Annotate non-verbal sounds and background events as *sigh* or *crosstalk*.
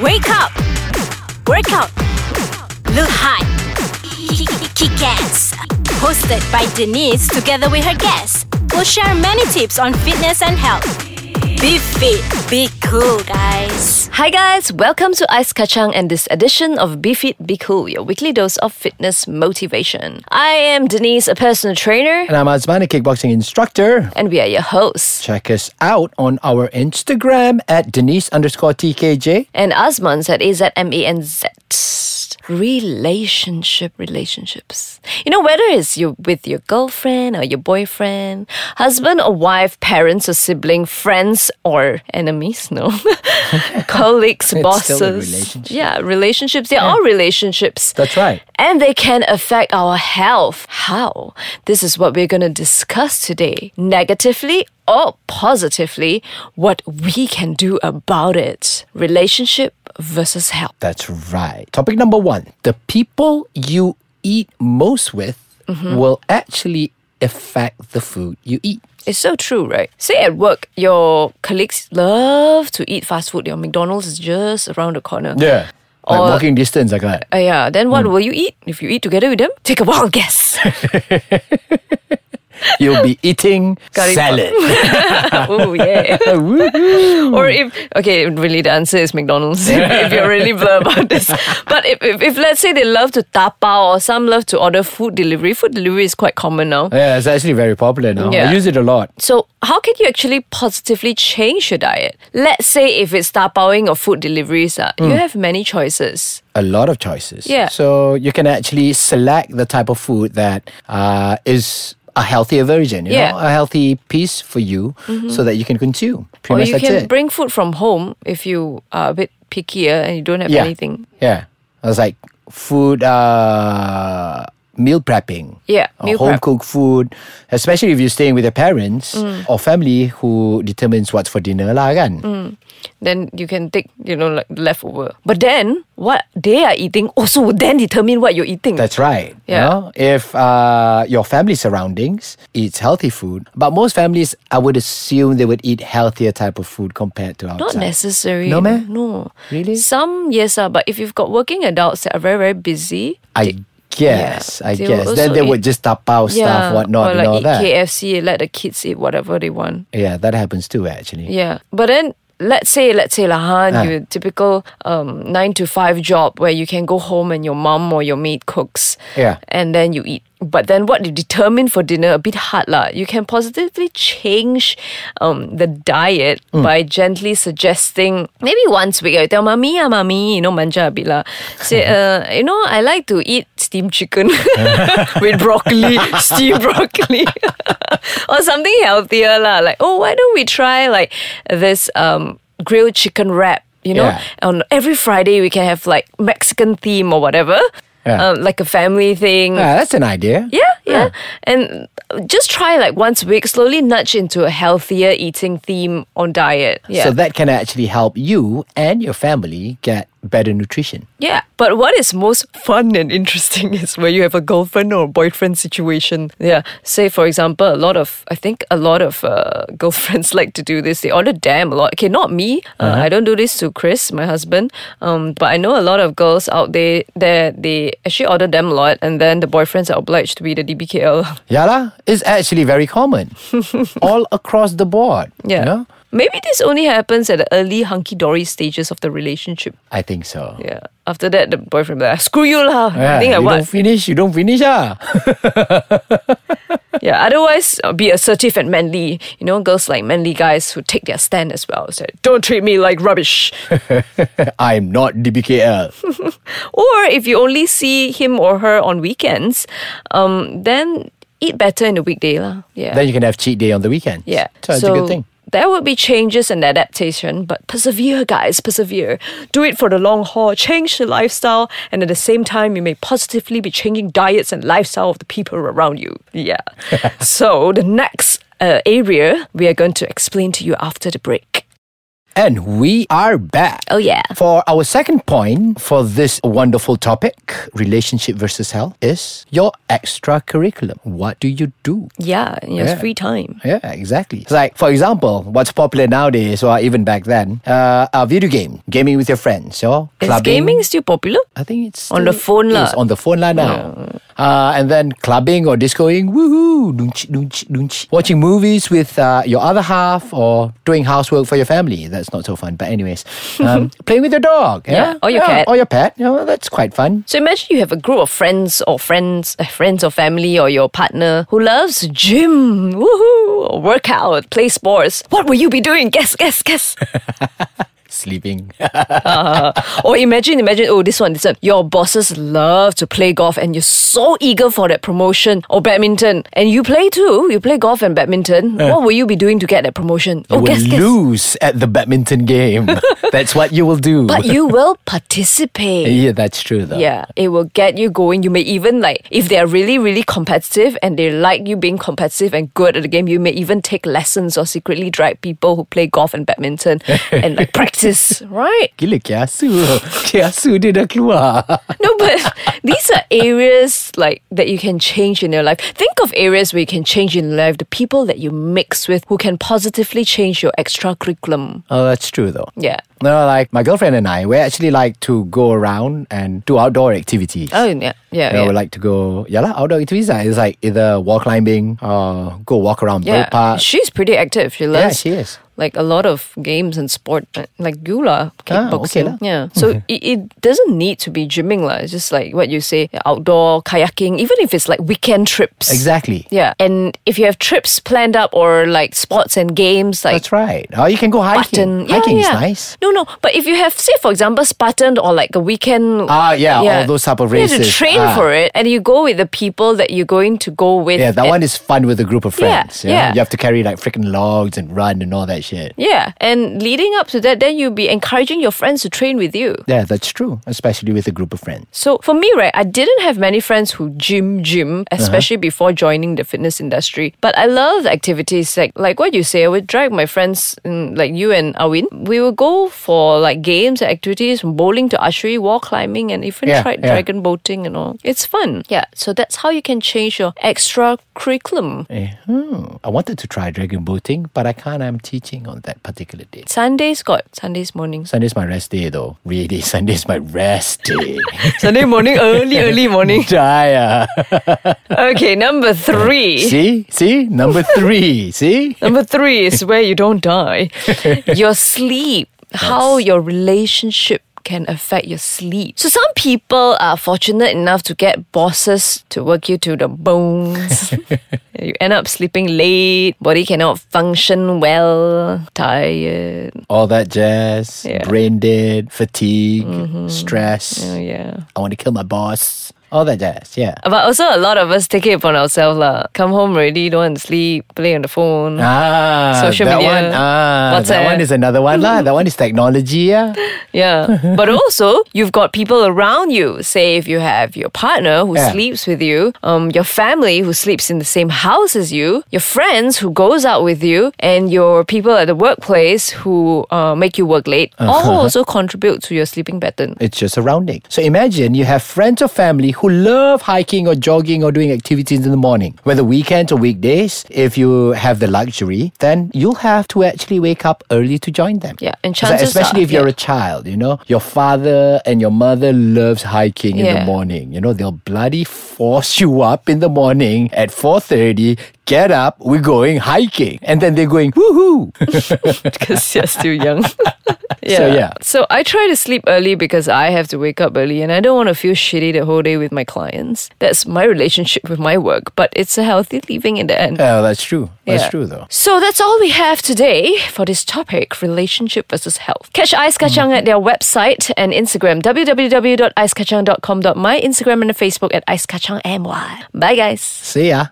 Wake up! Work out! Look hot! Kick ass! Hosted by Denise together with her guests. We'll share many tips on fitness and health. Be fit, be cool, guys. Hi guys, welcome to Ice Kachang and this edition of Be Fit Be Cool, your weekly dose of fitness motivation. I am Denise, a personal trainer, And I'm Azman, a kickboxing instructor. and we are your hosts. Check us out on our Instagram at Denise underscore TKJ. And Asman's at AZMENZ. E Relationship, relationships. You know, whether it's you with your girlfriend or your boyfriend, husband or wife, parents or sibling, friends or enemies, *laughs* no, *laughs* colleagues, It's bosses. still a relationship. Yeah, relationships. They're all relationships. That's right. And they can affect our health. How? This is what we're going to discuss today. Negatively or positively, what we can do about it. Relationship versus health. That's right. Topic number one the people you eat most with Mm-hmm. will actually affect the food you eat. It's so true, right? Say at work, your colleagues love to eat fast food. Your McDonald's is just around the corner. Yeah. Hmm. Like Or- walking distance, like that. Uh, yeah. Then what will you eat? If you eat together with them, take a wild *laughs* *laughs* guess. You'll *laughs* be eating it. *laughs* salad. *laughs* oh yeah. Or Hmm. if okay, really the answer is McDonald's. *laughs* if you're really blur about *laughs* this, but if, if, if let's say they love to tapao or some love to order food delivery, food delivery is quite common now. yeah, it's actually very popular now. Yeah. I use it a lot. So how can you actually positively change your diet? Let's say if it's tapaoing or food deliveries, ah, you Hmm. have many choices. a lot of choices. Yeah. So you can actually select the type of food that uh, is a healthier version, you Yeah. Mm-hmm. know, a healthy piece for you so that you can consume. Pretty Or much you that's can it. bring food from home if you are a bit pickier and you don't have yeah. anything. Yeah. I was like food uh, meal prepping. Yeah, Or meal home prep. cooked food, especially if you're staying with your parents Mm. or family who determines what's for dinner lah kan. then you can take, you know, like leftover. But then what they are eating also would then determine what you're eating. That's right. you Yeah. know? If uh, your family surroundings eats healthy food, but most families, I would assume they would eat healthier type of food compared to not outside. necessary. No, meh? No. Really? Some yes, ah, but if you've got working adults that are very, very busy, I guess. I they will guess. Then also they would eat- just tap out stuff, or whatnot, like and all eat that. KFC, let the kids eat whatever they want. Yeah, that happens too. Actually, Yeah, but then let's say let's say lahan Ah. your typical um, nine to five job where you can go home and your mom or your maid cooks. Yeah. and then you eat. But then what you determine for dinner a bit hard lah. You can positively change um, the diet Mm. by gently suggesting maybe once a week I tell mommy, ah mommy, you know manja a bit lah. *laughs* Say uh, you know I like to eat steamed chicken *laughs* with *laughs* broccoli, steamed broccoli. *laughs* or something healthier lah. Like, oh, why don't we try like this um, grilled chicken wrap? You know, Yeah. on every Friday we can have like Mexican theme or whatever, Yeah. um, like a family thing. Ah, that's an idea. Yeah, yeah. And just try like once a week, slowly nudge into a healthier eating theme on diet. Yeah. So that can actually help you and your family get better nutrition. Yeah, but what is most fun and interesting *laughs* is where you have a girlfriend or boyfriend situation. Yeah, say for example, a lot of I think a lot of uh, *laughs* girlfriends like to do this. They order damn a lot. Okay, not me. Uh, Uh-huh. I don't do this to Chris, my husband. Um, but I know a lot of girls out there that they actually order damn a lot, and then the boyfriends are obliged to be the *laughs* DBKL. Yeah, lah. It's actually very *laughs* common, all across the board. you Yeah. know? Maybe this only happens at the early hunky dory stages of the relationship. I think so. Yeah. After that, the boyfriend be like, screw you lah. I Yeah, think I you what? don't finish. You don't finish. Ah. *laughs* Yeah, otherwise, uh, be assertive and manly. You know, girls like manly guys who take their stand as well. So, don't treat me like rubbish. I'm not *laughs* DBKL. or if you only see him or her on weekends, um, then eat better in the weekday. lah. Yeah. Then you can have cheat day on the weekend. yeah. So it's a good thing. There will be changes and adaptation, but persevere, guys, persevere. Do it for the long haul. Change the lifestyle, and at the same time, you may positively be changing diets and lifestyle of the people around you. *laughs* Yeah. so the next uh, area we are going to explain to you after the break. And we are back. Oh, yeah. For our second point for this wonderful topic, relationship versus health, is your extracurriculum. What do you do? Yeah, in your Yeah. free time. Yeah, exactly. It's like, for example, what's popular nowadays, or even back then, uh, a video game, gaming with your friends, or Is gaming still popular? I think it's On the still phone lah. is on the phone lah now. Uh, and then clubbing or discoing, woohoo, dunch, dunch, dunch. Watching movies with uh, your other half or doing housework for your family. That's not so fun. *laughs* But anyways, um, playing with your dog. Yeah, Yeah, or your cat. Or your pet. You know, that's quite fun. So imagine you have a group of friends or friends, eh, friends or family or your partner who loves gym, woohoo, or workout, play sports. What will you be doing? Guess, guess, *laughs* guess. Sleeping. or imagine, imagine, oh, this one, this one. Your bosses love to play golf and you're so eager for that promotion or badminton. And you play too, you play golf and badminton. What will you be doing to get that promotion? you oh, Eh. will guess, guess. lose at the *laughs* badminton game. that's what you will do. But *laughs* you will participate. yeah, that's true though. Yeah, it will get you going. You may even like if they're really, really competitive and they like you being competitive and good at the game, you may even take lessons or secretly drag people who play golf and badminton and like practice, right? Gila kiasu. *laughs* Kiasu dia dah keluar. *laughs* No, but *laughs* these are areas like that you can change in your life. Think of areas where you can change in life, the people that you mix with who can positively change your extracurriculum. Oh, that's true though. Yeah. No, like my girlfriend and I, we actually like to go around and do outdoor activities. Oh yeah, yeah. You know, yeah. we like to go, yeah, lah, outdoor activities. lah. It's like either wall climbing or go walk around Yeah, Bird Park. she's pretty active. She loves she is. like a lot of games and sport, uh, like Gula Ah, okay kickboxing. lah. *laughs* yeah, so it, it doesn't need to be gymming lah. It's just like what you say, outdoor kayaking, even if it's like weekend trips. Exactly. Yeah, and if you have trips planned up or like sports and games, like That's right. Or you can go hiking. Spartan, yeah, hiking yeah. is nice. No, no, but if you have, say, for example, Spartan or like a weekend. Ah, yeah, all those type of You have to races. train Ah. for it, and you go with the people that you're going to go with. Yeah, that and- one is fun with a group of Yeah, friends. you know? yeah. You have to carry like freaking logs and run and all that shit. Yeah, and leading up to that, then you'll be encouraging your friends to train with you. Yeah, that's true. Especially with a group of friends. So for me, right, I didn't have many friends who gym, gym, Uh-huh. especially before joining the fitness industry. But I love activities like like what you say. I would drag my friends, mm, like you and Awin. We would go for like games, and activities from bowling to archery, wall climbing, and even Yeah, tried yeah. dragon boating and all. It's fun. Yeah. So that's how you can change your extra curriculum. Eh, hmm. I wanted to try dragon boating, but I can't. I'm teaching on that particular day. Sundays got Sundays mornings. Sunday's my rest day, though. Really, *laughs* Sunday's my rest *laughs* day. Sunday morning, early, *laughs* early *laughs* morning. Jaya. Okay, number three. See? See? Number three. See? Number three is where you don't die. Your sleep, how your relationship can affect your sleep. So some people are fortunate enough to get bosses to work you to the bones. you end up sleeping late, body cannot function well, tired. All that jazz, Yeah. brain dead, fatigue, stress. Oh yeah. I want to kill my boss. All that jazz. Yeah. But also a lot of us take it upon ourselves lah. Come home already, don't want to sleep, play on the phone. Ah, Social that media, one. Ah, that WhatsApp. one is another one lah. That one is technology. Yeah. *laughs* Yeah. But also, you've got people around you. Say, if you have your partner who Yeah. sleeps with you, um, your family who sleeps in the same house as you, your friends who goes out with you, and your people at the workplace who uh, make you work late, Uh-huh. all also contribute to your sleeping *laughs* pattern. It's your surrounding. So imagine you have friends or family who love hiking or jogging or doing activities in the morning, whether weekends or weekdays. If you have the luxury, then you'll have to actually wake up early to join them. Yeah, and So chances especially are- if you're yeah. a child, you know, your father and your mother loves hiking in the Yeah. morning. You know, they'll bloody force you up in the morning at four thirty. Get up, we're going hiking, and then they're going *laughs* woohoo. because you're still young. *laughs* So, yeah. So I try to sleep early because I have to wake up early and I don't want to feel shitty the whole day with my clients. That's my relationship with my work, but it's a healthy living in the end. oh, that's true. That's Yeah. true though. So that's all we have today for this topic relationship versus health. Catch Ice Kacang at their website and Instagram www.icekacang.com.my Instagram and Facebook at icekacangmy. Bye guys. See ya.